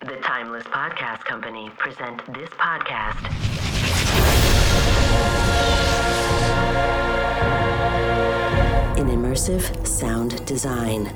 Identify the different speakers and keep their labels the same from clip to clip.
Speaker 1: The Timeless Podcast Company present this podcast. In immersive sound design.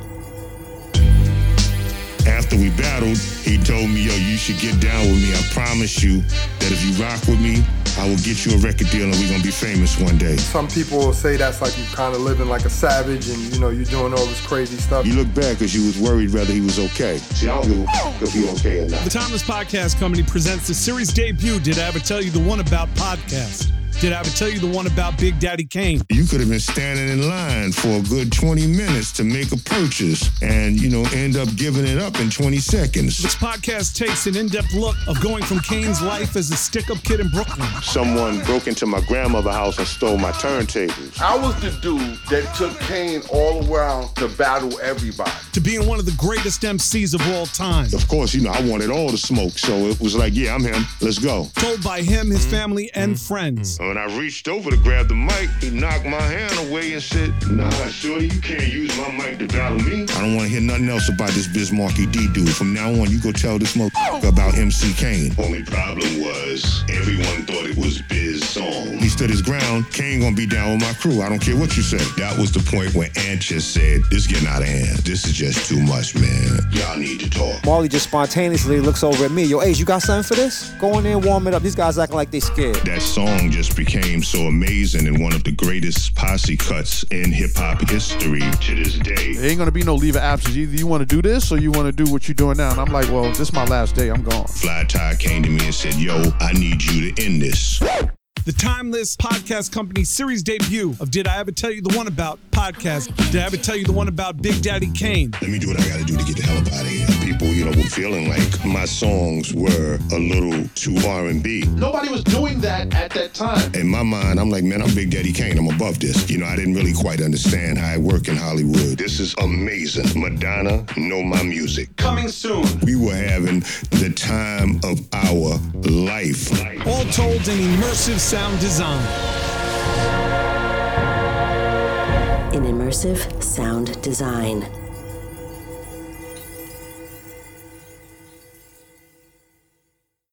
Speaker 2: after we battled, he told me, yo, you should get down with me. I promise you that if you rock with me, I will get you a record deal and we're gonna be famous one day.
Speaker 3: Some people will say that's like you kind of living like a savage and you know you're doing all this crazy stuff.
Speaker 2: You look back because you was worried whether he was okay. See, I don't give a f- if he okay or not.
Speaker 4: The Timeless Podcast Company presents the series debut. Did I ever tell you the one about podcast? Did I ever tell you the one about Big Daddy Kane?
Speaker 2: You could have been standing in line for a good 20 minutes to make a purchase and, you know, end up giving it up in 20 seconds.
Speaker 4: This podcast takes an in-depth look of going from Kane's life as a stick-up kid in Brooklyn.
Speaker 2: Someone broke into my grandmother's house and stole my turntables.
Speaker 5: I was the dude that took Kane all around to battle everybody.
Speaker 4: To being one of the greatest MCs of all time.
Speaker 2: Of course, you know, I wanted all the smoke, so it was like, yeah, I'm him. Let's go.
Speaker 4: Told by him, his family, and friends.
Speaker 2: When I reached over to grab the mic, he knocked my hand away and said, Nah, shorty, you can't use my mic to battle me. I don't want to hear nothing else about this Bismarcky D dude. From now on, you go tell this motherfucker about MC Kane. Only problem was, everyone thought it was Biz song. He stood his ground. Kane gonna be down with my crew. I don't care what you say. That was the point where Ant just said, This getting out of hand. This is just too much, man. Y'all need to talk.
Speaker 6: Marley just spontaneously looks over at me. Yo, Ace, you got something for this? Go in there and warm it up. These guys acting like they scared.
Speaker 2: That song just became so amazing and one of the greatest posse cuts in hip hop history to this day.
Speaker 7: It ain't gonna be no leave of absence. Either you want to do this or you want to do what you're doing now. And I'm like, well, this is my last day. I'm gone.
Speaker 2: Fly Tie came to me and said, Yo, I need you to end this.
Speaker 4: The Timeless Podcast Company series debut of Did I ever tell you the one about podcast? Did I ever tell you the one about Big Daddy Kane?
Speaker 2: Let me do what I gotta do to get the hell up out of here. People, you know, were feeling like my songs were a little too R&B.
Speaker 5: Nobody was doing that at that time.
Speaker 2: In my mind, I'm like, man, I'm Big Daddy Kane. I'm above this. You know, I didn't really quite understand how I work in Hollywood. This is amazing. Madonna, know my music.
Speaker 5: Coming soon.
Speaker 2: We were having the time of our life.
Speaker 4: All told in immersive sound design.
Speaker 1: In immersive sound design.